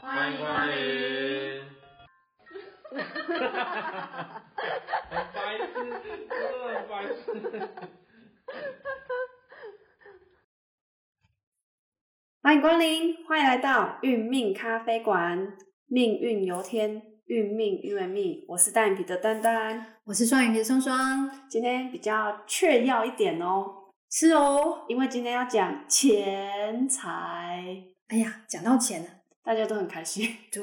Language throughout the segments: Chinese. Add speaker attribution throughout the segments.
Speaker 1: 欢迎光 临。很白痴，真的很白痴。
Speaker 2: 欢迎光临，欢迎来到运命咖啡馆，命运由天，运命运为命。我是单眼皮的丹丹，
Speaker 3: 我是双眼皮的双双，
Speaker 2: 今天比较确要一点哦，
Speaker 3: 是哦。
Speaker 2: 因为今天要讲钱财，
Speaker 3: 哎呀，讲到钱了，
Speaker 2: 大家都很开心，
Speaker 3: 对，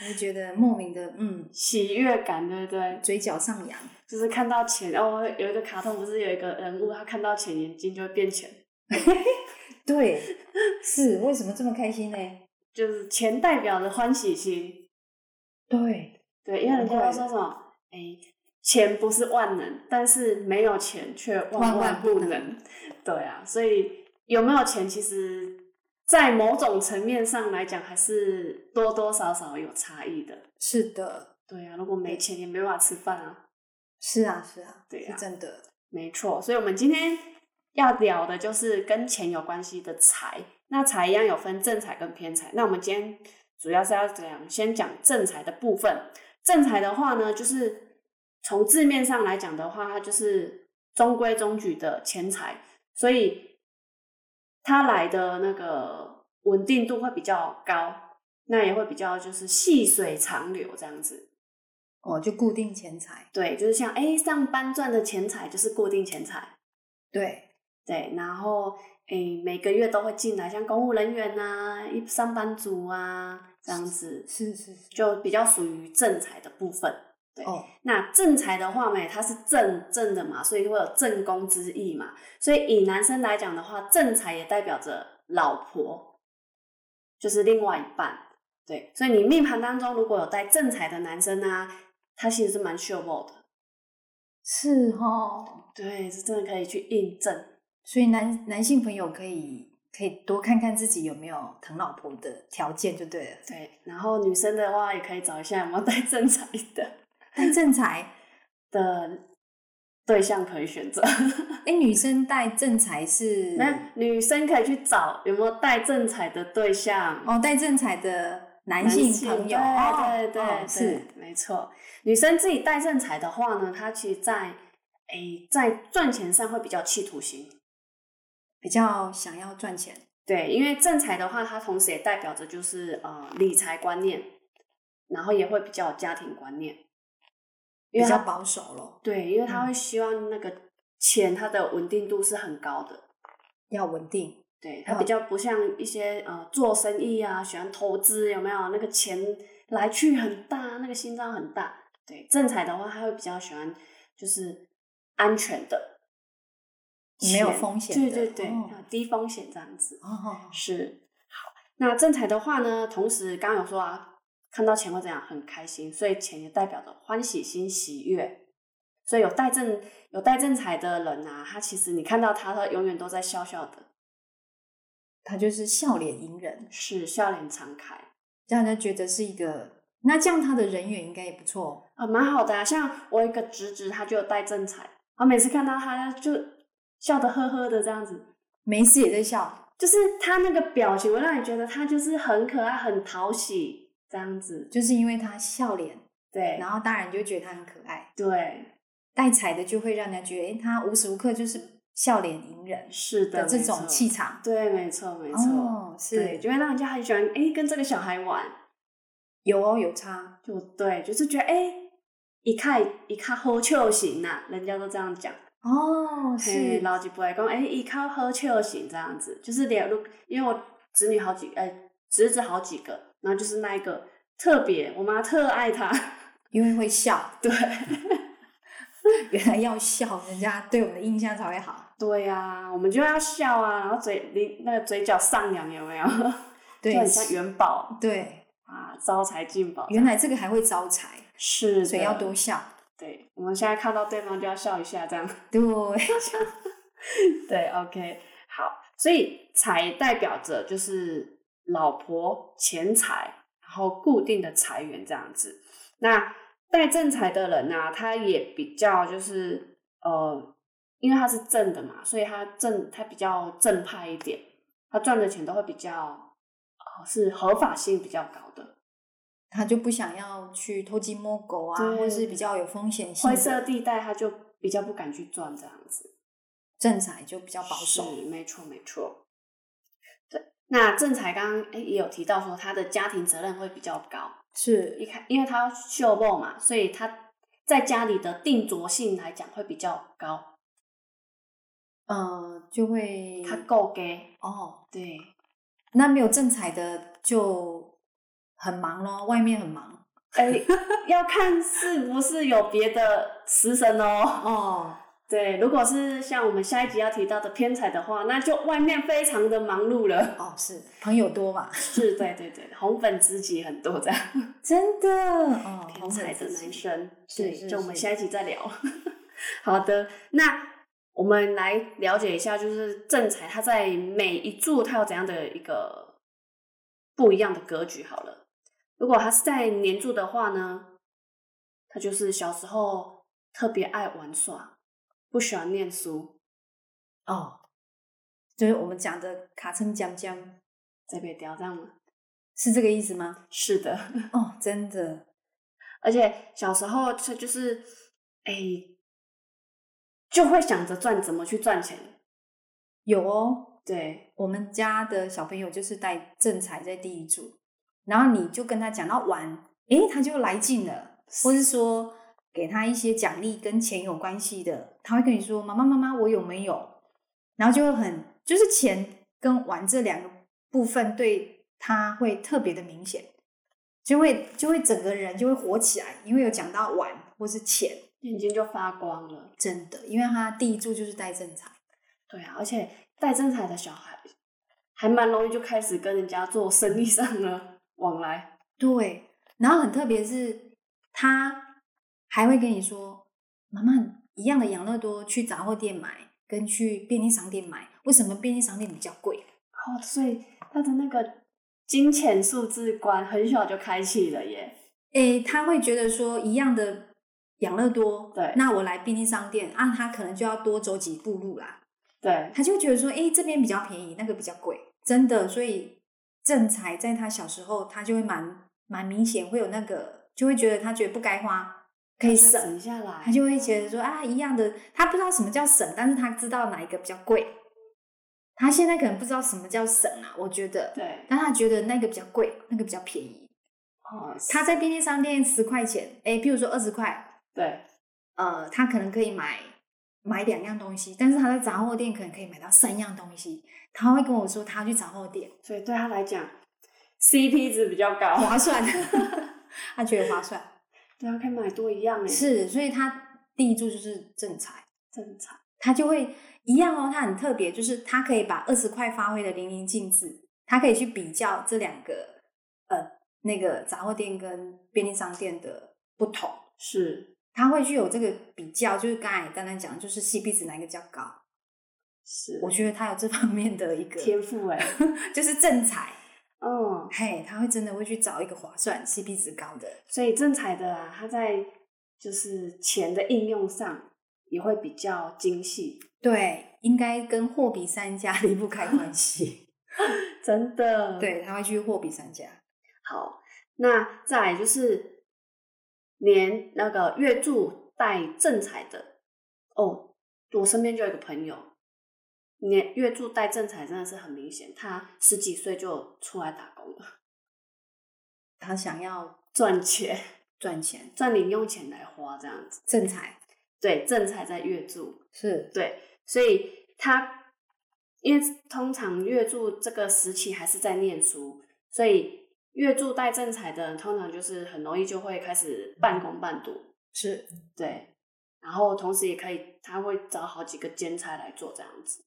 Speaker 3: 我就觉得莫名的，嗯，
Speaker 2: 喜悦感，对不对？
Speaker 3: 嘴角上扬。
Speaker 2: 就是看到钱哦，有一个卡通不是有一个人物，他看到钱眼睛就会变钱，
Speaker 3: 对，是为什么这么开心呢？
Speaker 2: 就是钱代表的欢喜心。
Speaker 3: 对，
Speaker 2: 对，因为人家
Speaker 3: 难
Speaker 2: 都
Speaker 3: 怪
Speaker 2: 说什么，哎、钱不是万能，但是没有钱却万
Speaker 3: 万
Speaker 2: 万
Speaker 3: 万
Speaker 2: 不
Speaker 3: 不
Speaker 2: 能。
Speaker 3: 能
Speaker 2: 对啊，所以有没有钱，其实，在某种层面上来讲，还是多多少少有差异的。
Speaker 3: 是的，
Speaker 2: 对啊，如果没钱也没办法吃饭啊。
Speaker 3: 是啊，是啊，
Speaker 2: 对啊
Speaker 3: 是真的。
Speaker 2: 没错，所以我们今天要聊的就是跟钱有关系的财。那财一样有分正财跟偏财。那我们今天主要是要讲先讲正财的部分。正财的话呢，就是从字面上来讲的话，它就是中规中矩的钱财，所以它来的那个稳定度会比较高，那也会比较就是细水长流这样子。
Speaker 3: 哦，就固定钱财，
Speaker 2: 对，就是像哎、诶上班赚的钱财就是固定钱财。
Speaker 3: 对，
Speaker 2: 对，然后诶，每个月都会进来，像公务人员呐、一上班族啊这样子，
Speaker 3: 是是是。
Speaker 2: 就比较属于正财的部分。
Speaker 3: 哦，
Speaker 2: 那正财的话呢，它是正正的嘛，所以会有正宫之意嘛。所以以男生来讲的话，正财也代表着老婆，就是另外一半。对，所以你命盘当中如果有带正财的男生啊，他其实是蛮秀逗的。
Speaker 3: 是哦。
Speaker 2: 对，是真的可以去印证。
Speaker 3: 所以男男性朋友可以可以多看看自己有没有疼老婆的条件就对了。
Speaker 2: 对，然后女生的话也可以找一下有没有 带正财的
Speaker 3: 带正财，
Speaker 2: 的对象可以选择。
Speaker 3: 哎，女生带正财是
Speaker 2: 那女生可以去找有没有带正财的对象，
Speaker 3: 哦，带正财的男
Speaker 2: 男
Speaker 3: 性朋友，
Speaker 2: 对对对、
Speaker 3: 哦哦
Speaker 2: 对
Speaker 3: 是
Speaker 2: 没错。女生自己带正财的话呢，她其实在诶在赚钱上会比较企图心。
Speaker 3: 比较想要赚钱，
Speaker 2: 对，因为正财的话，它同时也代表着就是呃理财观念，然后也会比较有家庭观念，因
Speaker 3: 比
Speaker 2: 为它
Speaker 3: 较保守咯，
Speaker 2: 对，因为
Speaker 3: 嗯
Speaker 2: 他会希望那个钱它的稳定度是很高的，
Speaker 3: 要稳定。
Speaker 2: 对，
Speaker 3: 嗯
Speaker 2: 它比较不像一些呃做生意啊，喜欢投资有没有那个钱来去很大，那个心脏很大。对，正财的话，他会比较喜欢就是安全的，
Speaker 3: 没有
Speaker 2: 钱
Speaker 3: 风险
Speaker 2: 对
Speaker 3: 的
Speaker 2: 对对，
Speaker 3: 哦
Speaker 2: 啊低风险这样子。
Speaker 3: 哦，
Speaker 2: 是好。那正财的话呢，同时刚刚有说啊，看到钱会怎样很开心，所以钱也代表着欢喜心、喜悦。所以有带正有带正财的人啊，他其实你看到他，他永远都在笑笑的，
Speaker 3: 他就是笑脸迎人，
Speaker 2: 是笑脸常开
Speaker 3: 让人觉得是一个。那这样他的人缘应该也不错哦，
Speaker 2: 啊，蛮好的啊。像我有一个侄子，他就有带正财，啊，每次看到他就笑得呵呵的这样子，
Speaker 3: 没事也在笑，
Speaker 2: 就是他那个表情会让你觉得他就是很可爱、很讨喜这样子。
Speaker 3: 就是因为他笑脸，
Speaker 2: 对，
Speaker 3: 然后大人就觉得他很可爱。
Speaker 2: 对，
Speaker 3: 带财的就会让人家觉得，哎，他无时无刻就是笑脸迎人
Speaker 2: 是的，
Speaker 3: 的这
Speaker 2: 没
Speaker 3: 种
Speaker 2: 错
Speaker 3: 气场。
Speaker 2: 对，没错，没错，
Speaker 3: 哦，
Speaker 2: 对，
Speaker 3: 是
Speaker 2: 就会让人家很喜欢，哎，跟这个小孩玩，
Speaker 3: 有哦，有差，
Speaker 2: 就对，就是觉得，哎，一看一看好笑型呐、人家都这样讲，
Speaker 3: 哦，
Speaker 2: 嘿
Speaker 3: 是
Speaker 2: 老几辈讲，哎，一看好笑型这样子，就是连如，因为我侄女好几，哎，侄子好几个，然后就是那一个特别，我妈特爱他，
Speaker 3: 因为会笑，
Speaker 2: 对，
Speaker 3: 原来要笑，人家对我们的印象才会好。
Speaker 2: 对呀、我们就要笑啊，然后嘴你那个嘴角上扬有没 有？
Speaker 3: 对
Speaker 2: 就很像元宝
Speaker 3: 对，
Speaker 2: 啊，招财进宝，
Speaker 3: 原来这个还会招财，
Speaker 2: 是的，
Speaker 3: 所以要多笑。
Speaker 2: 对，我们现在看到对方就要笑一下，这样。
Speaker 3: 对，
Speaker 2: 对，OK，好，所以财代表着就是老婆、钱财，然后固定的财源这样子。那带正财的人呢、啊他也比较就是呃，因为他是正的嘛，所以他正他比较正派一点，他赚的钱都会比较呃是合法性比较高的。
Speaker 3: 他就不想要去偷鸡摸狗啊，
Speaker 2: 对
Speaker 3: 或是比较有风险性
Speaker 2: 灰
Speaker 3: 的
Speaker 2: 色地带他就比较不敢去赚这样子，
Speaker 3: 正财就比较保守。
Speaker 2: 是，没错没错。对，那正财刚刚诶也有提到说他的家庭责任会比较高，
Speaker 3: 是
Speaker 2: 一开因为他要秀爆嘛，所以他在家里的定着性来讲会比较高，
Speaker 3: 呃，就会
Speaker 2: 他够给
Speaker 3: 哦，
Speaker 2: 对
Speaker 3: 那没有正财的就很忙咯，外面很忙
Speaker 2: 哎、要看是不是有别的食神哦。
Speaker 3: 哦。
Speaker 2: 对，如果是像我们下一集要提到的偏财的话，那就外面非常的忙碌了。
Speaker 3: 哦，是朋友多嘛？
Speaker 2: 是，对对对，红粉知己很多这样。
Speaker 3: 真的哦，
Speaker 2: 偏财的男生，
Speaker 3: 是
Speaker 2: 对，
Speaker 3: 是
Speaker 2: 就我们
Speaker 3: 是
Speaker 2: 下一集再聊。 好的，那我们来了解一下，就是正财它在每一柱它有怎样的一个不一样的格局。好了，如果它是在年柱的话呢，他就是小时候特别爱玩耍，不喜欢念书，
Speaker 3: 哦，就是我们讲的卡称江江
Speaker 2: 这被雕这样吗？
Speaker 3: 是这个意思吗？
Speaker 2: 是的，
Speaker 3: 哦，真的
Speaker 2: 而且小时候他就是哎、就会想着赚怎么去赚钱，
Speaker 3: 有哦。
Speaker 2: 对，
Speaker 3: 我们家的小朋友就是带正财在第一组，然后你就跟他讲到玩，诶，他就来劲了，或是说给他一些奖励跟钱有关系的，他会跟你说：“妈妈，妈妈，我有没有？”然后就会很就是钱跟玩这两个部分对他会特别的明显，就会就会整个人就会火起来，因为有讲到玩或是钱，
Speaker 2: 眼睛就发光了。
Speaker 3: 真的，因为他第一注就是带正财，
Speaker 2: 对啊，而且带正财的小孩还蛮容易就开始跟人家做生意上的往来。
Speaker 3: 对，然后很特别是，他还会跟你说：“妈妈，一样的养乐多去杂货店买，跟去便利商店买，为什么便利商店比较贵
Speaker 2: 哦，所以他的那个金钱数字观很小就开启了耶。？”
Speaker 3: 诶，他会觉得说一样的养乐多，
Speaker 2: 对
Speaker 3: 那我来便利商店啊，他可能就要多走几步路啦，
Speaker 2: 对，
Speaker 3: 他就觉得说：“诶，这边比较便宜，那个比较贵。”真的，所以正财在他小时候，他就会蛮蛮明显会有那个，就会觉得他觉得不该花，可以省。
Speaker 2: 省下来，
Speaker 3: 他就会觉得说啊，一样的，他不知道什么叫省，但是他知道哪一个比较贵。他现在可能不知道什么叫省啊，我觉得，
Speaker 2: 对
Speaker 3: 但他觉得那个比较贵，那个比较便宜。
Speaker 2: 哦，
Speaker 3: 他在便利商店十块钱，哎，譬如说二十块，
Speaker 2: 对
Speaker 3: 呃，他可能可以买买两样东西，但是他在杂货店可能可以买到三样东西。他会跟我说他要去杂货店
Speaker 2: 所以对他来讲，CP 值比较高，
Speaker 3: 划算， 他觉得划算，
Speaker 2: 对啊，可以买多一样哎，
Speaker 3: 是，所以他第一注就是正财。
Speaker 2: 正常。
Speaker 3: 他就会一样哦，他很特别，就是他可以把二十块发挥的淋漓尽致，他可以去比较这两个呃那个杂货店跟便利商店的不同，
Speaker 2: 是
Speaker 3: 他会去有这个比较，就是刚才丹丹讲，就是 CP 值哪一个比较高，
Speaker 2: 是，
Speaker 3: 我觉得他有这方面的一个
Speaker 2: 天赋哎，
Speaker 3: 就是正财，
Speaker 2: 嗯，
Speaker 3: 嘿，他会真的会去找一个划算、CP 值高的，
Speaker 2: 所以正财的啊，它在就是钱的应用上也会比较精细，
Speaker 3: 对，应该跟货比三家 离不开关系，
Speaker 2: 真的。，
Speaker 3: 对，他会去货比三家，
Speaker 2: 好，那再来就是连那个月柱带正财的哦，我身边就有一个朋友，年月柱带正财真的是很明显，他十几岁就出来打工了，
Speaker 3: 他想要
Speaker 2: 赚钱
Speaker 3: 赚钱，
Speaker 2: 赚零用钱来花这样子。
Speaker 3: 正财
Speaker 2: 对，正财在月柱，
Speaker 3: 是
Speaker 2: 对，所以他因为通常月柱这个时期还是在念书，所以月柱带正财的人通常就是很容易就会开始半工半读，
Speaker 3: 是
Speaker 2: 对，然后同时也可以他会找好几个兼差来做这样子，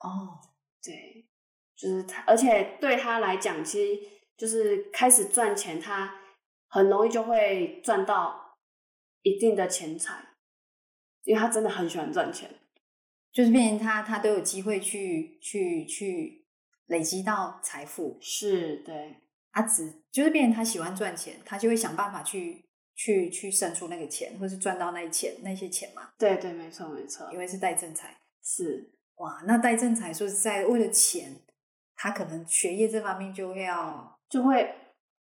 Speaker 3: 哦，
Speaker 2: 对，就是他，而且对他来讲，其实就是开始赚钱，他很容易就会赚到一定的钱财，因为他真的很喜欢赚钱。
Speaker 3: 就是变成他他都有机会去去去累积到财富，
Speaker 2: 是，对，
Speaker 3: 他只就是变成他喜欢赚钱，他就会想办法去去去生出那个钱，或是赚到那一钱那些钱嘛，
Speaker 2: 对对，没错没错
Speaker 3: 因，为是带正财。
Speaker 2: 是
Speaker 3: 哇，那带正财说实在，为了钱，他可能学业这方面就会要
Speaker 2: 就会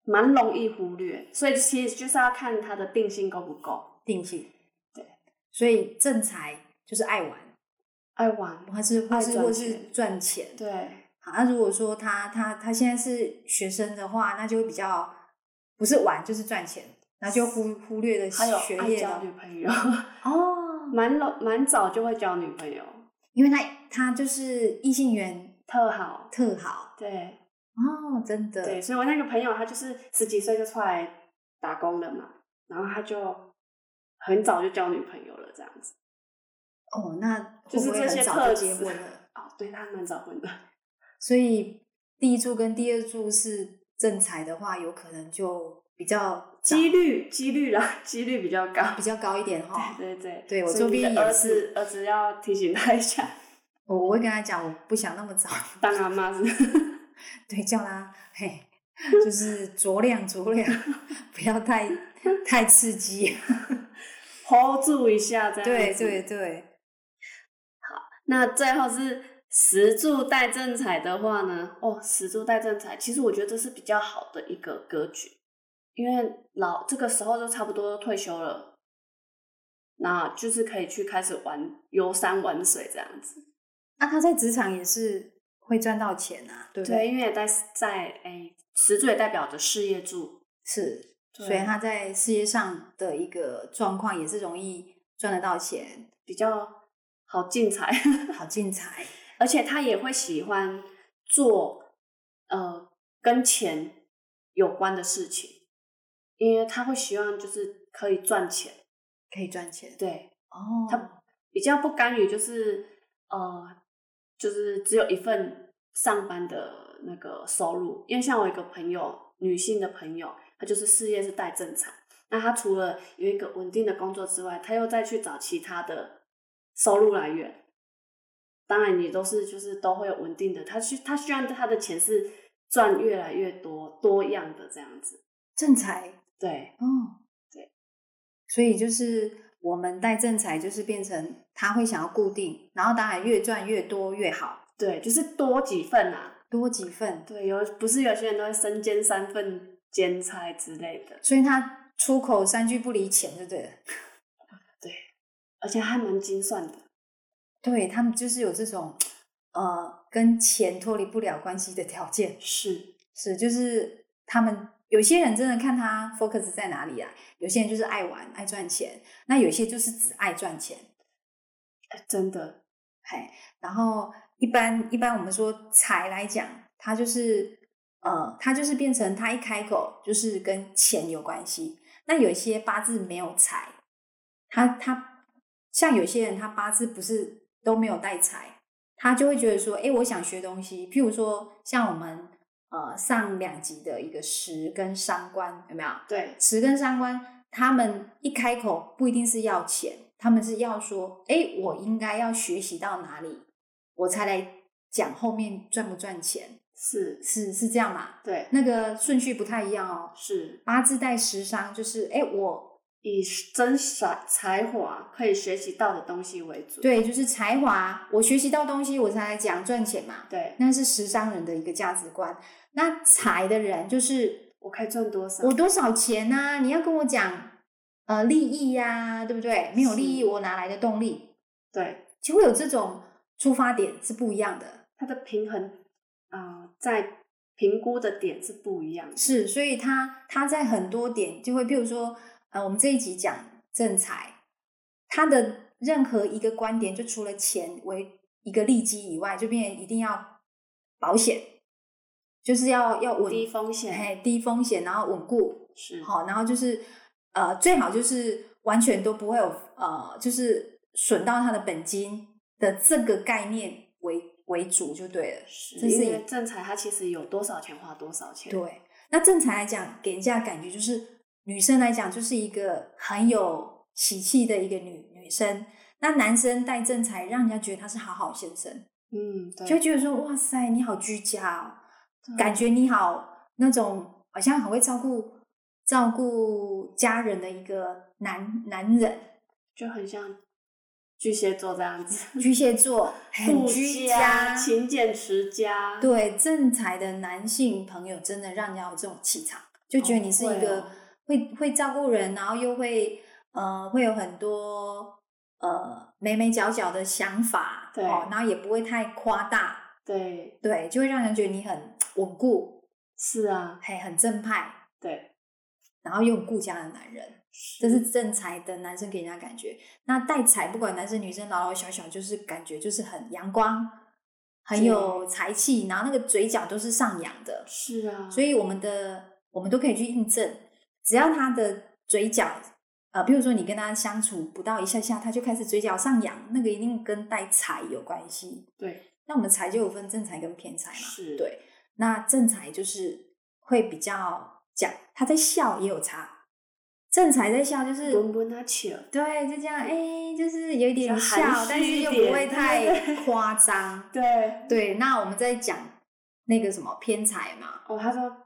Speaker 2: 蛮容易忽略，所以其实就是要看它的定性够不够，
Speaker 3: 定性。对，所以正财就是爱玩，
Speaker 2: 爱玩，
Speaker 3: 或是或
Speaker 2: 爱
Speaker 3: 啊是
Speaker 2: 赚
Speaker 3: 或是
Speaker 2: 钱
Speaker 3: 赚钱。
Speaker 2: 对，
Speaker 3: 好，那如果说他他他现在是学生的话，那就会比较不是玩就是赚钱，然后就忽忽略了
Speaker 2: 还有
Speaker 3: 学
Speaker 2: 爱
Speaker 3: 业
Speaker 2: 交
Speaker 3: 的
Speaker 2: 女朋友，
Speaker 3: 哦，
Speaker 2: 蛮老蛮早就会交女朋友，
Speaker 3: 因为他他就是异性缘
Speaker 2: 特好，
Speaker 3: 特好
Speaker 2: 对
Speaker 3: 哦，真的
Speaker 2: 对，所以我那个朋友他就是十几岁就出来打工了嘛，然后他就很早就交女朋友了，这样子，
Speaker 3: 哦，那
Speaker 2: 就
Speaker 3: 会
Speaker 2: 是
Speaker 3: 不
Speaker 2: 这
Speaker 3: 会
Speaker 2: 些
Speaker 3: 很
Speaker 2: 特
Speaker 3: 早就
Speaker 2: 质
Speaker 3: 结婚了？
Speaker 2: 哦，对他蛮早婚的，
Speaker 3: 所以第一柱跟第二柱是正财的话，有可能就比较早
Speaker 2: 几率几率啦，几率比较高，
Speaker 3: 比较高一点哈。
Speaker 2: 对对
Speaker 3: 对我
Speaker 2: 所以
Speaker 3: 周
Speaker 2: 你
Speaker 3: 边
Speaker 2: 的
Speaker 3: 也
Speaker 2: 儿
Speaker 3: 是
Speaker 2: 子儿子要提醒他一下，
Speaker 3: 我我会跟他讲，我不想那么早，
Speaker 2: 当阿妈是
Speaker 3: 对，叫他嘿，就是酌量酌量， 不要太太刺激。
Speaker 2: hold 住一下这样。
Speaker 3: 对对。对，
Speaker 2: 那最后是石柱带正财的话呢？哦，石柱带正财，其实我觉得这是比较好的一个格局，因为老这个时候就差不多退休了，那就是可以去开始玩游山玩水这样子。
Speaker 3: 那、啊他在职场也是会赚到钱啊，对不
Speaker 2: 对，
Speaker 3: 对？
Speaker 2: 因为也在在哎，石柱也代表着事业柱，
Speaker 3: 是，
Speaker 2: 对
Speaker 3: 所以他在事业上的一个状况也是容易赚得到钱，
Speaker 2: 比较好进财。
Speaker 3: 好进财。
Speaker 2: 而且他也会喜欢做呃跟钱有关的事情，因为他会希望就是可以赚钱，
Speaker 3: 可以赚钱
Speaker 2: 对，
Speaker 3: 哦
Speaker 2: 他比较不甘于就是呃就是只有一份上班的那个收入，因为像我一个朋友，女性的朋友，她就是事业是带正常，那她除了有一个稳定的工作之外，她又再去找其他的收入来源。当然，你都是就是都会有稳定的，她需她希望她的钱是赚越来越多多样的这样子，
Speaker 3: 正财
Speaker 2: 对
Speaker 3: 哦，
Speaker 2: 对，
Speaker 3: 所以就是我们带正财，就是变成他会想要固定，然后当然越赚越多越好，
Speaker 2: 对，就是多几份啊，
Speaker 3: 多几份，
Speaker 2: 对，有不是有些人都会身兼三份兼差之类的，
Speaker 3: 所以他出口三句不离钱，对不对了？
Speaker 2: 而且还蛮精算的。
Speaker 3: 对他们就是有这种呃跟钱脱离不了关系的条件，
Speaker 2: 是，
Speaker 3: 是就是他们有些人真的看他 focus 在哪里啊，有些人就是爱玩爱赚钱，那有些就是只爱赚钱，
Speaker 2: 哎真的，
Speaker 3: 嘿，然后一般一般我们说财来讲，它就是呃，它就是变成它一开口就是跟钱有关系。那有一些八字没有财，他他像有些人他八字不是都没有带财，他就会觉得说，诶，我想学东西，譬如说像我们呃上两集的一个食跟伤官有没有？
Speaker 2: 对，
Speaker 3: 十跟三观，他们一开口不一定是要钱，他们是要说，哎、我应该要学习到哪里，我才来讲后面赚不赚钱，
Speaker 2: 是，
Speaker 3: 是是这样嘛？
Speaker 2: 对，
Speaker 3: 那个顺序不太一样哦。
Speaker 2: 是
Speaker 3: 八字带十伤，就是哎、诶我
Speaker 2: 以真才才华可以学习到的东西为主。
Speaker 3: 对，就是才华，我学习到东西，我才来讲赚钱嘛。
Speaker 2: 对，
Speaker 3: 那是十商人的一个价值观。那财的人就是
Speaker 2: 我可以赚多少？
Speaker 3: 我多少钱呐、你要跟我讲，呃，利益呀、对不对？没有利益，
Speaker 2: 是
Speaker 3: 我哪来的动力？
Speaker 2: 对，
Speaker 3: 就会有这种出发点是不一样的，
Speaker 2: 它的平衡啊、呃在评估的点是不一样的。
Speaker 3: 是，所以他他在很多点就会，譬如说，呃，我们这一集讲正财，他的任何一个观点，就除了钱为一个利基以外，就变成一定要保险，就是要要稳
Speaker 2: 低风险
Speaker 3: 嘿，低风险，然后稳固，
Speaker 2: 是，
Speaker 3: 好、然后就是呃，最好就是完全都不会有呃，就是损到他的本金的这个概念为为主就对了。
Speaker 2: 是
Speaker 3: 这是
Speaker 2: 因
Speaker 3: 一
Speaker 2: 为正财，它其实有多少钱花多少钱。
Speaker 3: 对，那正常来讲，给人家的感觉就是女生来讲就是一个很有喜气的一个女女生。那男生带正财，让人家觉得他是好好先生，
Speaker 2: 嗯，对，嗯
Speaker 3: 就觉得说哇塞，你好居家哦，
Speaker 2: 对
Speaker 3: 感觉你好那种好像很会照顾照顾家人的一个男男人，
Speaker 2: 就很像巨蟹座这样子。
Speaker 3: 巨蟹座很
Speaker 2: 顾
Speaker 3: 居
Speaker 2: 嗯家、啊勤俭持家，
Speaker 3: 对正财的男性朋友真的让人家有这种气场，就觉得你是一
Speaker 2: 会
Speaker 3: 个
Speaker 2: 哦
Speaker 3: 会会照顾人，然后又会呃会有很多呃眉眉角角的想法，
Speaker 2: 对
Speaker 3: 哦，然后也不会太夸大，
Speaker 2: 对，
Speaker 3: 对，就会让人觉得你很稳固，
Speaker 2: 是啊，
Speaker 3: 嘿，很正派，
Speaker 2: 对，
Speaker 3: 然后又很顾家的男人，这是正财的男生给人家感觉。那带财不管男生女生老老小小，就是感觉就是很阳光，很有才气，然后那个嘴角都是上扬的，
Speaker 2: 是啊，
Speaker 3: 所以我们的我们都可以去印证，只要他的嘴角，呃，比如说你跟他相处不到一下下，他就开始嘴角上扬，那个一定跟带财有关系。
Speaker 2: 对
Speaker 3: 那我们财就有分正财跟偏财嘛，
Speaker 2: 是
Speaker 3: 对。那正财就是会比较讲他在笑也有差，正财在笑就是
Speaker 2: 温温他巧，
Speaker 3: 对，就这样哎、就是有一点
Speaker 2: 比较
Speaker 3: 笑
Speaker 2: 含，
Speaker 3: 但
Speaker 2: 蓄
Speaker 3: 是
Speaker 2: 一
Speaker 3: 又
Speaker 2: 点
Speaker 3: 不
Speaker 2: 对
Speaker 3: 会太夸张。
Speaker 2: 对，
Speaker 3: 对，那我们在讲那个什么偏财嘛，
Speaker 2: 哦，他说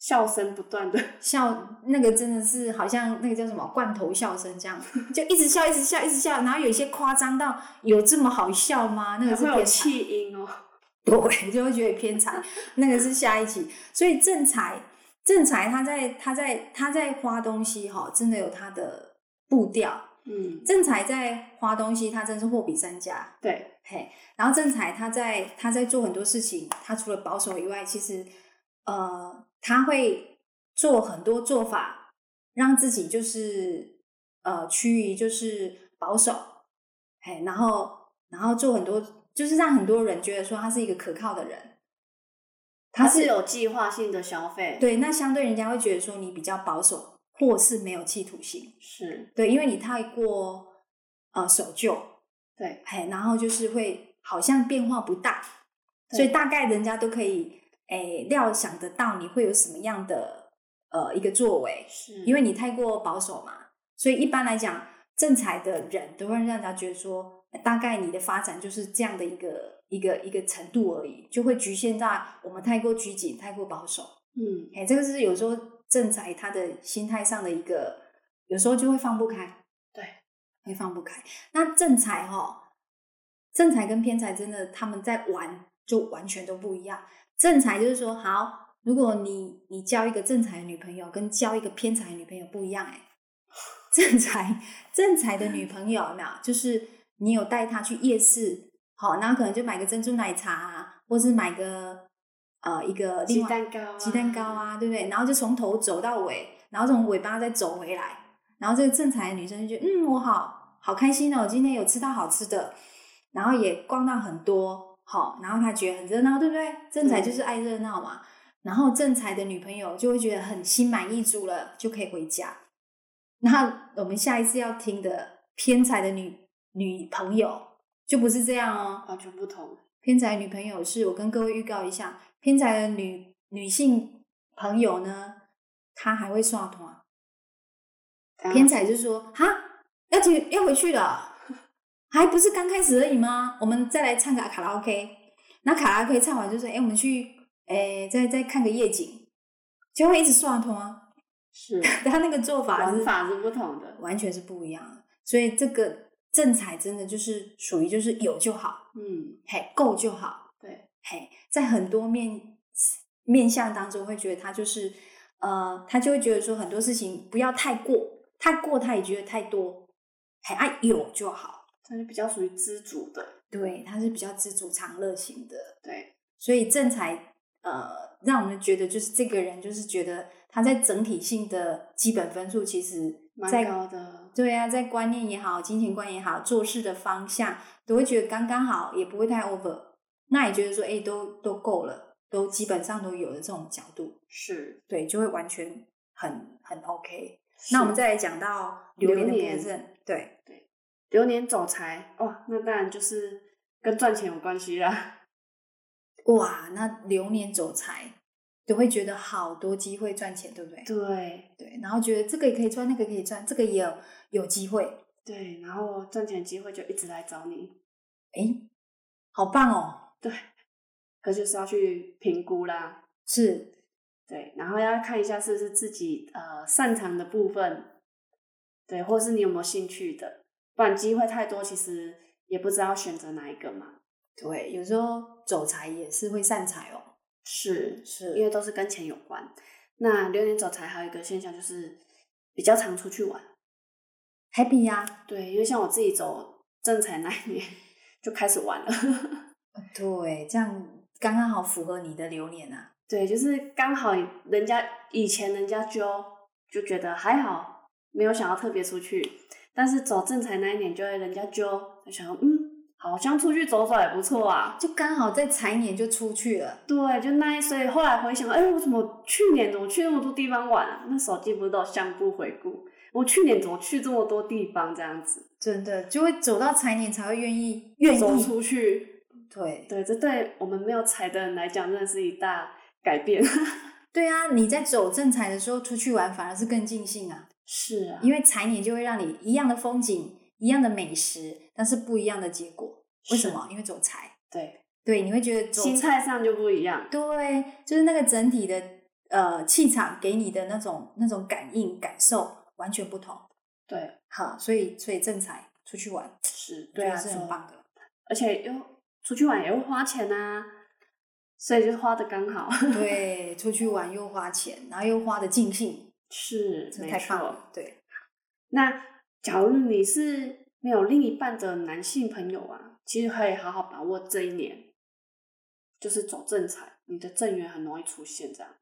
Speaker 2: 笑声不断的，
Speaker 3: 笑那个真的是好像那个叫什么罐头笑声这样， 就一直笑一直笑一直笑，然后有一些夸张到有这么好笑吗？那
Speaker 2: 还
Speaker 3: 嗯个是
Speaker 2: 会有
Speaker 3: 偏 财，
Speaker 2: 气音哦，
Speaker 3: 对，就会觉得偏财，那个是下一集。所以正财正财他在他在他在花东西哈、真的有他的步调。
Speaker 2: 嗯，
Speaker 3: 正财在花东西，他真是货比三家。
Speaker 2: 对，
Speaker 3: 嘿，然后正财他在他在做很多事情，他除了保守以外，其实呃他会做很多做法，让自己就是呃趋于就是保守，嘿，然后然后做很多，就是让很多人觉得说他是一个可靠的人。
Speaker 2: 他是有计划性的消费，，
Speaker 3: 对，那相对人家会觉得说你比较保守，或是没有企图心。
Speaker 2: 是，
Speaker 3: 对，因为你太过呃守旧，
Speaker 2: 对，
Speaker 3: 嘿，哎然后就是会好像变化不大，
Speaker 2: 对
Speaker 3: 所以大概人家都可以诶料想得到你会有什么样的呃一个作为，
Speaker 2: 是，
Speaker 3: 因为你太过保守嘛，所以一般来讲，正财的人都会让人家觉得说，呃大概你的发展就是这样的一个一个一个程度而已，就会局限在我们太过拘谨、太过保守。
Speaker 2: 嗯，
Speaker 3: 哎，这个是有时候正财他的心态上的一个，有时候就会放不开，
Speaker 2: 对，
Speaker 3: 会放不开。那正财哈、正财跟偏财真的他们在玩就完全都不一样。正财就是说，好，如果你你交一个正财的女朋友，跟交一个偏财的女朋友不一样哎、正财正财的女朋友有没有？就是你有带她去夜市，好，那可能就买个珍珠奶茶、啊，或是买个呃一个另
Speaker 2: 鸡
Speaker 3: 外
Speaker 2: 蛋糕啊，
Speaker 3: 鸡蛋糕，啊，对不对？然后就从头走到尾，然后从尾巴再走回来。然后这个正常的女生就觉得，嗯，我好好开心哦，今天有吃到好吃的，然后也逛到很多，好、然后她觉得很热闹，对不对？正财就是爱热闹嘛。然后正财的女朋友就会觉得很心满意足了，就可以回家。那我们下一次要听的偏财的女女朋友就不是这样哦，
Speaker 2: 完全不同，
Speaker 3: 偏财女朋友是我跟各位预告一下，偏财的女女性朋友呢，她还会刷团。
Speaker 2: 啊
Speaker 3: 偏财就说：“哈，要去要回去了，还不是刚开始而已吗？我们再来唱个卡拉 OK。那卡拉 OK 唱完就说：‘哎、我们去，哎、再再看个夜景。’就会一直刷团。
Speaker 2: 是
Speaker 3: 他那个做法
Speaker 2: 玩
Speaker 3: 是
Speaker 2: 法是不同的，
Speaker 3: 完全是不一样的。所以这个正财真的就是属于就是有就好，
Speaker 2: 嗯，
Speaker 3: 嘿，够就好。”
Speaker 2: 对，
Speaker 3: 嘿，在很多面面相当中，会觉得他就是呃，他就会觉得说很多事情不要太过，太过他也觉得太多，嘿，啊有就好。
Speaker 2: 它是比较属于知足的，
Speaker 3: 对，他是比较知足常乐型的，
Speaker 2: 对，
Speaker 3: 所以正财呃，让我们觉得就是这个人就是觉得他在整体性的基本分数其实
Speaker 2: 蛮
Speaker 3: 在
Speaker 2: 高的，
Speaker 3: 对啊，在观念也好，金钱观也好，做事的方向都会觉得刚刚好，也不会太 over。那也觉得说，哎、都都够了，都基本上都有的这种角度，
Speaker 2: 是。
Speaker 3: 对，就会完全很很 OK。那我们再来讲到榴莲的
Speaker 2: 榴莲
Speaker 3: 部分，对，
Speaker 2: 流年走财哇，那当然就是跟赚钱有关系啦。
Speaker 3: 哇，那流年走财都会觉得好多机会赚钱，对不对？
Speaker 2: 对
Speaker 3: 对，然后觉得这个也可以赚，那个也可以赚，这个也有有机会，
Speaker 2: 对，然后赚钱机会就一直来找你，
Speaker 3: 哎、好棒哦！
Speaker 2: 可就是要去评估啦。
Speaker 3: 是，
Speaker 2: 对，然后要看一下是不是自己呃擅长的部分，对，或是你有没有兴趣的，不然机会太多，其实也不知道选择哪一个嘛。
Speaker 3: 对，有时候走财也是会散财哦。
Speaker 2: 是，
Speaker 3: 是
Speaker 2: 因为都是跟钱有关。那流年走财还有一个现象就是比较常出去玩，
Speaker 3: happy 呀、
Speaker 2: 对，因为像我自己走正财那一年 就开始玩了，
Speaker 3: 对，这样刚刚好符合你的流年啊。
Speaker 2: 对，就是刚好人家以前人家揪就觉得还好，没有想要特别出去，但是走正财那一年就会人家揪，就想要嗯，好像出去走走也不错啊。
Speaker 3: 就刚好在财年就出去了，
Speaker 2: 对，就那一，所以后来回想，哎、我怎么去年怎么去那么多地方玩啊？那手机不是都有相簿回顾，我去年怎么去这么多地方这样子？
Speaker 3: 真的就会走到财年才会愿意愿
Speaker 2: 走
Speaker 3: 意
Speaker 2: 出去，
Speaker 3: 对
Speaker 2: 对，这对我们没有财的人来讲，真的是一大改变。
Speaker 3: 对啊，你在走正财的时候出去玩反而是更尽兴啊，
Speaker 2: 是啊，
Speaker 3: 因为财年就会让你一样的风景、一样的美食，但是不一样的结果。为什
Speaker 2: 是
Speaker 3: 么？因为走财，
Speaker 2: 对，
Speaker 3: 对，你会觉得走
Speaker 2: 心态上就不一样。
Speaker 3: 对，就是那个整体的呃气场给你的那种那种感应感受完全不同。
Speaker 2: 对，
Speaker 3: 好，所以所以正财出去玩，
Speaker 2: 是，
Speaker 3: 我觉
Speaker 2: 对啊，
Speaker 3: 得是
Speaker 2: 走
Speaker 3: 很棒的。
Speaker 2: 而且又出去玩也会花钱啊，所以就花的刚好。
Speaker 3: 对，出去玩又花钱，然后又花的尽兴，
Speaker 2: 是，
Speaker 3: 这
Speaker 2: 没
Speaker 3: 太棒
Speaker 2: 错。
Speaker 3: 了。对，
Speaker 2: 那假如你是没有另一半的男性朋友啊，其实可以好好把握这一年，就是走正财，你的正缘很容易出现这样。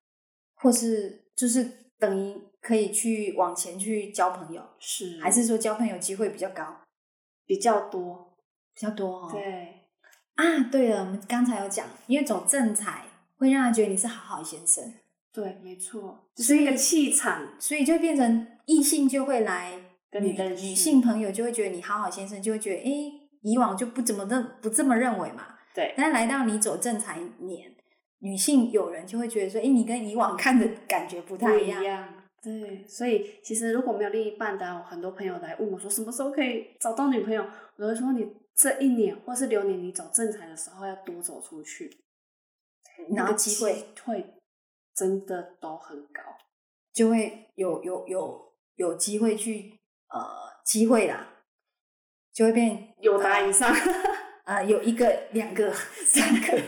Speaker 3: 或是就是等于可以去往前去交朋友，
Speaker 2: 是
Speaker 3: 还是说交朋友机会比较高，
Speaker 2: 比较多。
Speaker 3: 比较多哦。
Speaker 2: 对，
Speaker 3: 啊，对了，我们刚才有讲，因为走正财会让人觉得你是好好先生，
Speaker 2: 对，没错，就
Speaker 3: 所
Speaker 2: 是
Speaker 3: 以
Speaker 2: 一个气场
Speaker 3: 所以就变成异性就会来
Speaker 2: 跟
Speaker 3: 女
Speaker 2: 你认识
Speaker 3: 女性朋友就会觉得你好好先生，就会觉得诶，以往就不怎么认不这么认为嘛。
Speaker 2: 对
Speaker 3: 但是来到你走正财年，女性友人就会觉得说，诶，你跟以往看的感觉不太
Speaker 2: 不一
Speaker 3: 一样。
Speaker 2: 样。对，所以其实如果没有另一半的啊、我很多朋友来问我说什么时候可以找到女朋友，我都会说你这一年或是流年你走正财的时候要多走出去，
Speaker 3: 然
Speaker 2: 那
Speaker 3: 后
Speaker 2: 个
Speaker 3: 机会
Speaker 2: 会真的都很高。
Speaker 3: 就会有有有有机会去呃机会啦，就会变
Speaker 2: 有答以上，
Speaker 3: 呃有一个两个 三个，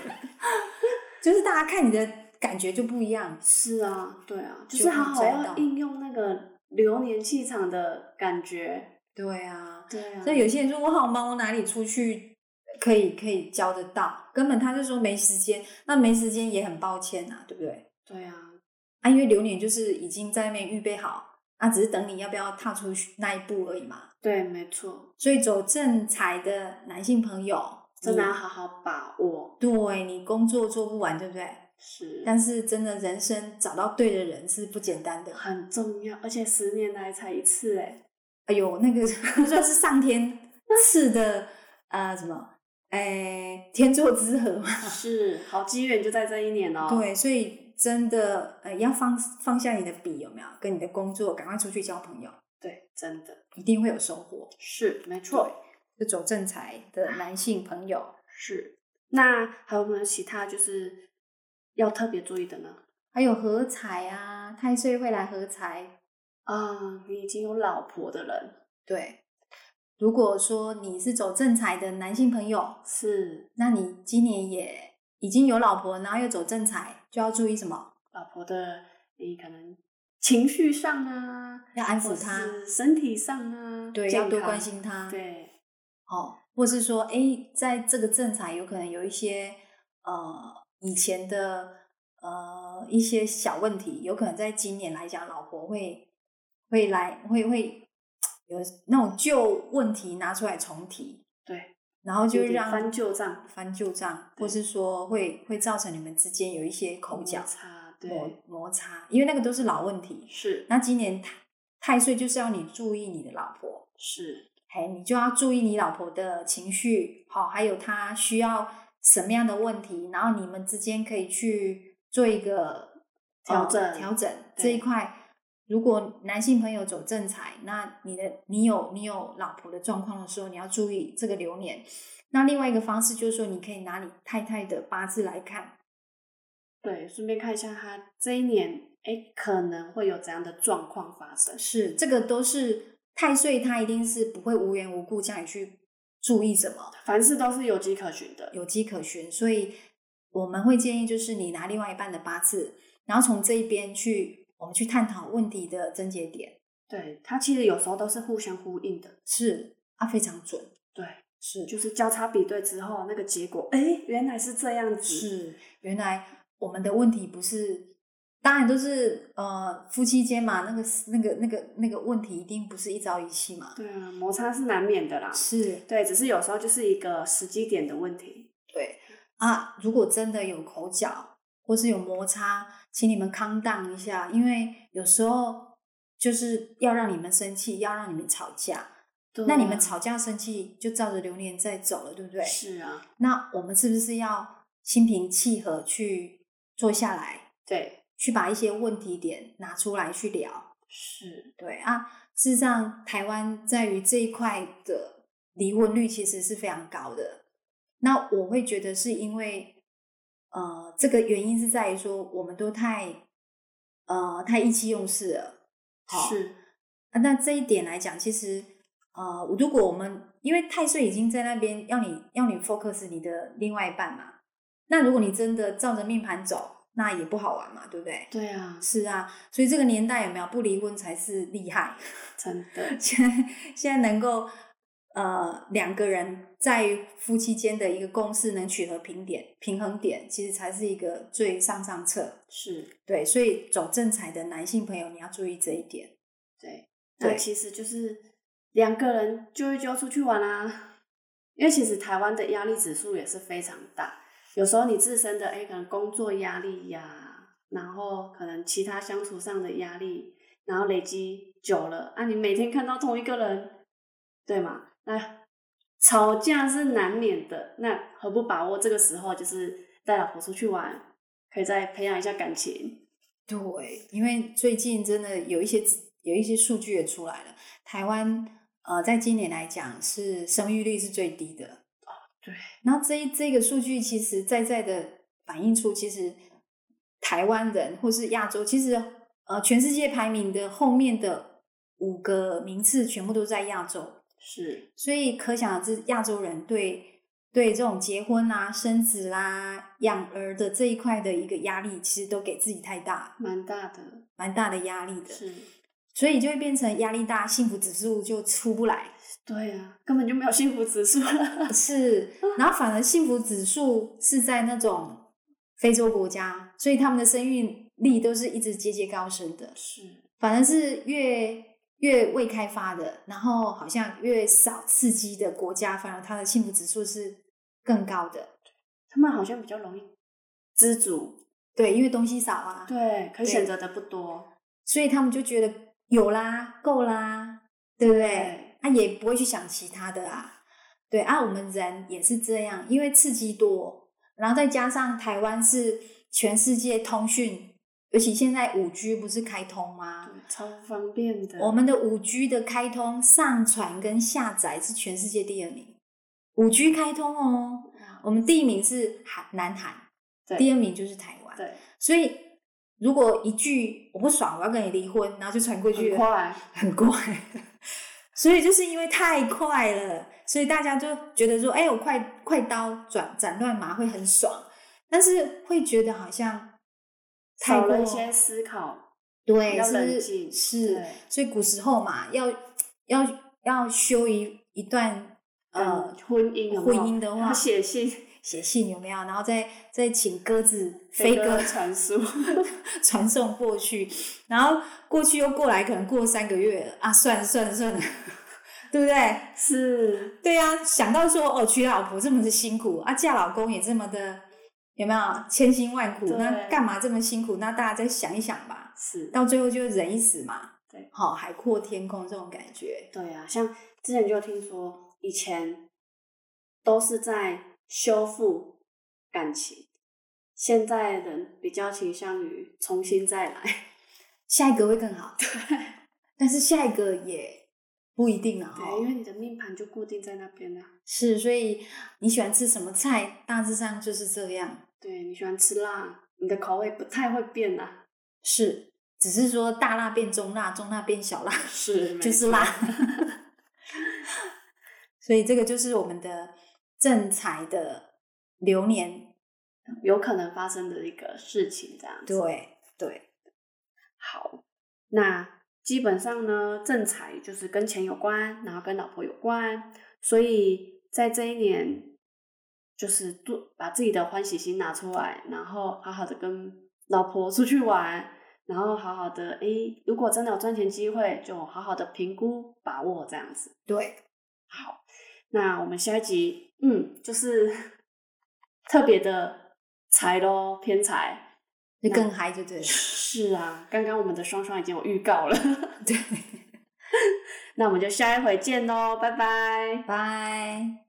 Speaker 3: 就是大家看你的感觉就不一样。
Speaker 2: 是啊，对啊，就
Speaker 3: 就是
Speaker 2: 好
Speaker 3: 会
Speaker 2: 好
Speaker 3: 赚到
Speaker 2: 要应用那个流年气场的感觉。
Speaker 3: 对啊，
Speaker 2: 对啊，
Speaker 3: 所以有些人说我好忙，我哪里出去可以可以交得到？根本他就说没时间，那没时间也很抱歉呐、对不对？
Speaker 2: 对啊，
Speaker 3: 啊，因为流年就是已经在那边预备好，啊，只是等你要不要踏出去那一步而已嘛。
Speaker 2: 对，没错，
Speaker 3: 所以走正财的男性朋友，
Speaker 2: 真的啊要
Speaker 3: 你
Speaker 2: 好好把握。
Speaker 3: 对你工作做不完，对不对？
Speaker 2: 是，
Speaker 3: 但是真的人生找到对的人是不简单的。
Speaker 2: 很重要，而且十年来才一次，哎，
Speaker 3: 哎呦，那个 算是上天赐的呃什么？哎，天作之合嘛。
Speaker 2: 是，好机缘就在这一年哦。，
Speaker 3: 对，所以真的呃，要放放下你的笔，有没有？跟你的工作，赶快出去交朋友，
Speaker 2: 对，真的
Speaker 3: 一定会有收获。
Speaker 2: 是没错，
Speaker 3: 就走正财的男性朋友，
Speaker 2: 是。那还有没有其他就是要特别注意的呢？
Speaker 3: 还有合财啊，太岁会来合财。
Speaker 2: 啊，你已经有老婆的人
Speaker 3: 对，如果说你是走正财的男性朋友，
Speaker 2: 是
Speaker 3: 那你今年也已经有老婆，然后又走正财，就要注意什么？
Speaker 2: 老婆的，你可能情绪上啊，
Speaker 3: 要安
Speaker 2: 或
Speaker 3: 抚他，
Speaker 2: 是身体上啊，
Speaker 3: 对，
Speaker 2: 健
Speaker 3: 要多
Speaker 2: 康
Speaker 3: 关心他，
Speaker 2: 对，
Speaker 3: 哦，或是说，哎，在这个正财有可能有一些呃以前的呃一些小问题，有可能在今年来讲，老婆会会来会会有那种旧问题拿出来重提，
Speaker 2: 对，
Speaker 3: 然后就
Speaker 2: 有点
Speaker 3: 让
Speaker 2: 翻旧账
Speaker 3: 翻旧账，
Speaker 2: 对
Speaker 3: 或是说会会造成你们之间有一些口角
Speaker 2: 摩擦，
Speaker 3: 摩
Speaker 2: 对，
Speaker 3: 摩擦，因为那个都是老问题。
Speaker 2: 是
Speaker 3: 那今年太太岁就是要你注意你的老婆，
Speaker 2: 是，
Speaker 3: 嘿，你就要注意你老婆的情绪，好、还有她需要什么样的问题，然后你们之间可以去做一个
Speaker 2: 调
Speaker 3: 呃
Speaker 2: 整
Speaker 3: 调整
Speaker 2: 对
Speaker 3: 这一块。如果男性朋友走正财，那你的你有你有老婆的状况的时候，你要注意这个流年。那另外一个方式就是说，你可以拿你太太的八字来看，
Speaker 2: 对，顺便看一下他这一年，哎，可能会有怎样的状况发生？
Speaker 3: 是这个都是太岁，他一定是不会无缘无故叫你去注意什么，
Speaker 2: 凡事都是有迹可循的。
Speaker 3: 有迹可循，所以我们会建议就是你拿另外一半的八字，然后从这一边去我们去探讨问题的症结点，
Speaker 2: 对，它其实有时候都是互相呼应的。
Speaker 3: 是啊，非常准，
Speaker 2: 对，
Speaker 3: 是
Speaker 2: 就是交叉比对之后那个结果，哎、原来是这样子。
Speaker 3: 是，原来我们的问题不是，当然都是呃夫妻间嘛，那个那个那个那个问题一定不是一朝一夕嘛，
Speaker 2: 对啊，摩擦是难免的啦。
Speaker 3: 是
Speaker 2: 对，只是有时候就是一个时机点的问题。
Speaker 3: 对
Speaker 2: 嗯
Speaker 3: 啊。如果真的有口角或是有摩擦，请你们康荡一下，因为有时候就是要让你们生气，要让你们吵架。
Speaker 2: 对
Speaker 3: 那你
Speaker 2: 啊
Speaker 3: 们吵架生气就照着流年在走了，对不对？
Speaker 2: 是啊，
Speaker 3: 那我们是不是要心平气和去坐下来，
Speaker 2: 对，
Speaker 3: 去把一些问题点拿出来去聊。
Speaker 2: 是
Speaker 3: 对啊，事实上，台湾在于这一块的离婚率其实是非常高的。那我会觉得是因为，呃，这个原因是在于说，我们都太，呃，太意气用事了。好
Speaker 2: 是，
Speaker 3: 啊，那这一点来讲，其实呃，如果我们因为太岁已经在那边要你要你 focus 你的另外一半嘛，那如果你真的照着命盘走，那也不好玩嘛，对不对？
Speaker 2: 对啊，
Speaker 3: 是啊，所以这个年代有没有不离婚才是厉害？
Speaker 2: 真的，
Speaker 3: 现在现在能够呃两个人在夫妻间的一个共识能取得平点平衡点，其实才是一个最上上策。
Speaker 2: 是
Speaker 3: 对，所以走正财的男性朋友，你要注意这一点。
Speaker 2: 对。那
Speaker 3: 对
Speaker 2: 其实就是两个人揪一揪出去玩啦、因为其实台湾的压力指数也是非常大，有时候你自身的哎，可能工作压力呀、然后可能其他相处上的压力，然后累积久了啊，你每天看到同一个人，对吗？那吵架是难免的，那何不把握这个时候，就是带老婆出去玩，可以再培养一下感情。
Speaker 3: 对，因为最近真的有一些资有一些数据也出来了，台湾呃，在今年来讲是生育率是最低的。
Speaker 2: 对，
Speaker 3: 然后这一这个数据其实在在的反映出，其实台湾人或是亚洲，其实呃，全世界排名的后面的五个名次全部都在亚洲，
Speaker 2: 是，
Speaker 3: 所以可想而知，亚洲人对对这种结婚啊、生子啦、养儿的这一块的一个压力，其实都给自己太大，
Speaker 2: 蛮大的，
Speaker 3: 蛮大的压力的，
Speaker 2: 是
Speaker 3: 所以就会变成压力大，幸福指数就出不来。
Speaker 2: 对啊，根本就没有幸福指数 了。
Speaker 3: 是，然后反而幸福指数是在那种非洲国家，所以他们的生育率都是一直节节高升的。
Speaker 2: 是，
Speaker 3: 反而是越越未开发的，然后好像越少刺激的国家，反而它的幸福指数是更高的。
Speaker 2: 他们好像比较容易知足，
Speaker 3: 对，因为东西少啊，
Speaker 2: 对，可以
Speaker 3: 对
Speaker 2: 选择的不多，
Speaker 3: 所以他们就觉得有啦，够啦，对不对？
Speaker 2: 对，
Speaker 3: 他、也不会去想其他的啊。对啊，我们人也是这样，因为刺激多，然后再加上台湾是全世界通讯，尤其现在五 G 不是开通吗？
Speaker 2: 对超方便的。
Speaker 3: 我们的五 G 的开通、上传跟下载是全世界第二名。五 G 开通哦，我们第一名是韩南韩，
Speaker 2: 对
Speaker 3: 第二名就是台湾。
Speaker 2: 对，
Speaker 3: 所以如果一句我不爽，我要跟你离婚，然后就传过去
Speaker 2: 很
Speaker 3: 了，
Speaker 2: 快，
Speaker 3: 很快。 所以就是因为太快了，所以大家就觉得说，哎、我快快刀转斩乱麻会很爽，但是会觉得好像太
Speaker 2: 少
Speaker 3: 过
Speaker 2: 了一些思考，
Speaker 3: 对，
Speaker 2: 比较
Speaker 3: 是不
Speaker 2: 冷
Speaker 3: 是
Speaker 2: 静
Speaker 3: 是
Speaker 2: 对，
Speaker 3: 所以古时候嘛，要要要修一一段呃
Speaker 2: 嗯，婚姻有没
Speaker 3: 婚
Speaker 2: 有
Speaker 3: 姻的
Speaker 2: 然后
Speaker 3: 话，
Speaker 2: 写信
Speaker 3: 写信有没有？然后再再请鸽子
Speaker 2: 飞
Speaker 3: 飞
Speaker 2: 鸽
Speaker 3: 鸽
Speaker 2: 传书
Speaker 3: 传送过去，然后过去又过来，可能过三个月了啊，算了算了算了， 对不对？
Speaker 2: 是
Speaker 3: 对呀、想到说哦，娶老婆这么的辛苦啊，嫁老公也这么的，有没有千辛万苦？那
Speaker 2: 对
Speaker 3: 干嘛这么辛苦？那大家再想一想吧。
Speaker 2: 是，
Speaker 3: 到最后就忍一死嘛，
Speaker 2: 对，
Speaker 3: 好、海阔天空这种感觉，
Speaker 2: 对啊，像之前就听说，以前都是在修复感情，现在人比较倾向于重新再来。
Speaker 3: 下一个会更好， 但是下一个也不一定了哈、
Speaker 2: 对，因为你的命盘就固定在那边啊了。
Speaker 3: 是，所以你喜欢吃什么菜，大致上就是这样，
Speaker 2: 对你喜欢吃辣，你的口味不太会变啊啦。
Speaker 3: 是，只是说大辣变中辣，中辣变小辣，
Speaker 2: 是
Speaker 3: 就是辣， 所以这个就是我们的正财的流年，
Speaker 2: 有可能发生的一个事情，这样子。
Speaker 3: 对，对，
Speaker 2: 好，那基本上呢，正财就是跟钱有关，然后跟老婆有关，所以在这一年，就是多把自己的欢喜心拿出来，然后好好的跟老婆出去玩，然后好好的，诶，如果真的有赚钱机会，就好好的评估把握这样子。
Speaker 3: 对，
Speaker 2: 好，那我们下一集，嗯，就是 特别的财咯，偏财。
Speaker 3: 就更嗨就对了。
Speaker 2: 是啊，刚刚我们的双双已经有预告了，
Speaker 3: 对，
Speaker 2: 那我们就下一回见喽，拜拜。
Speaker 3: 拜。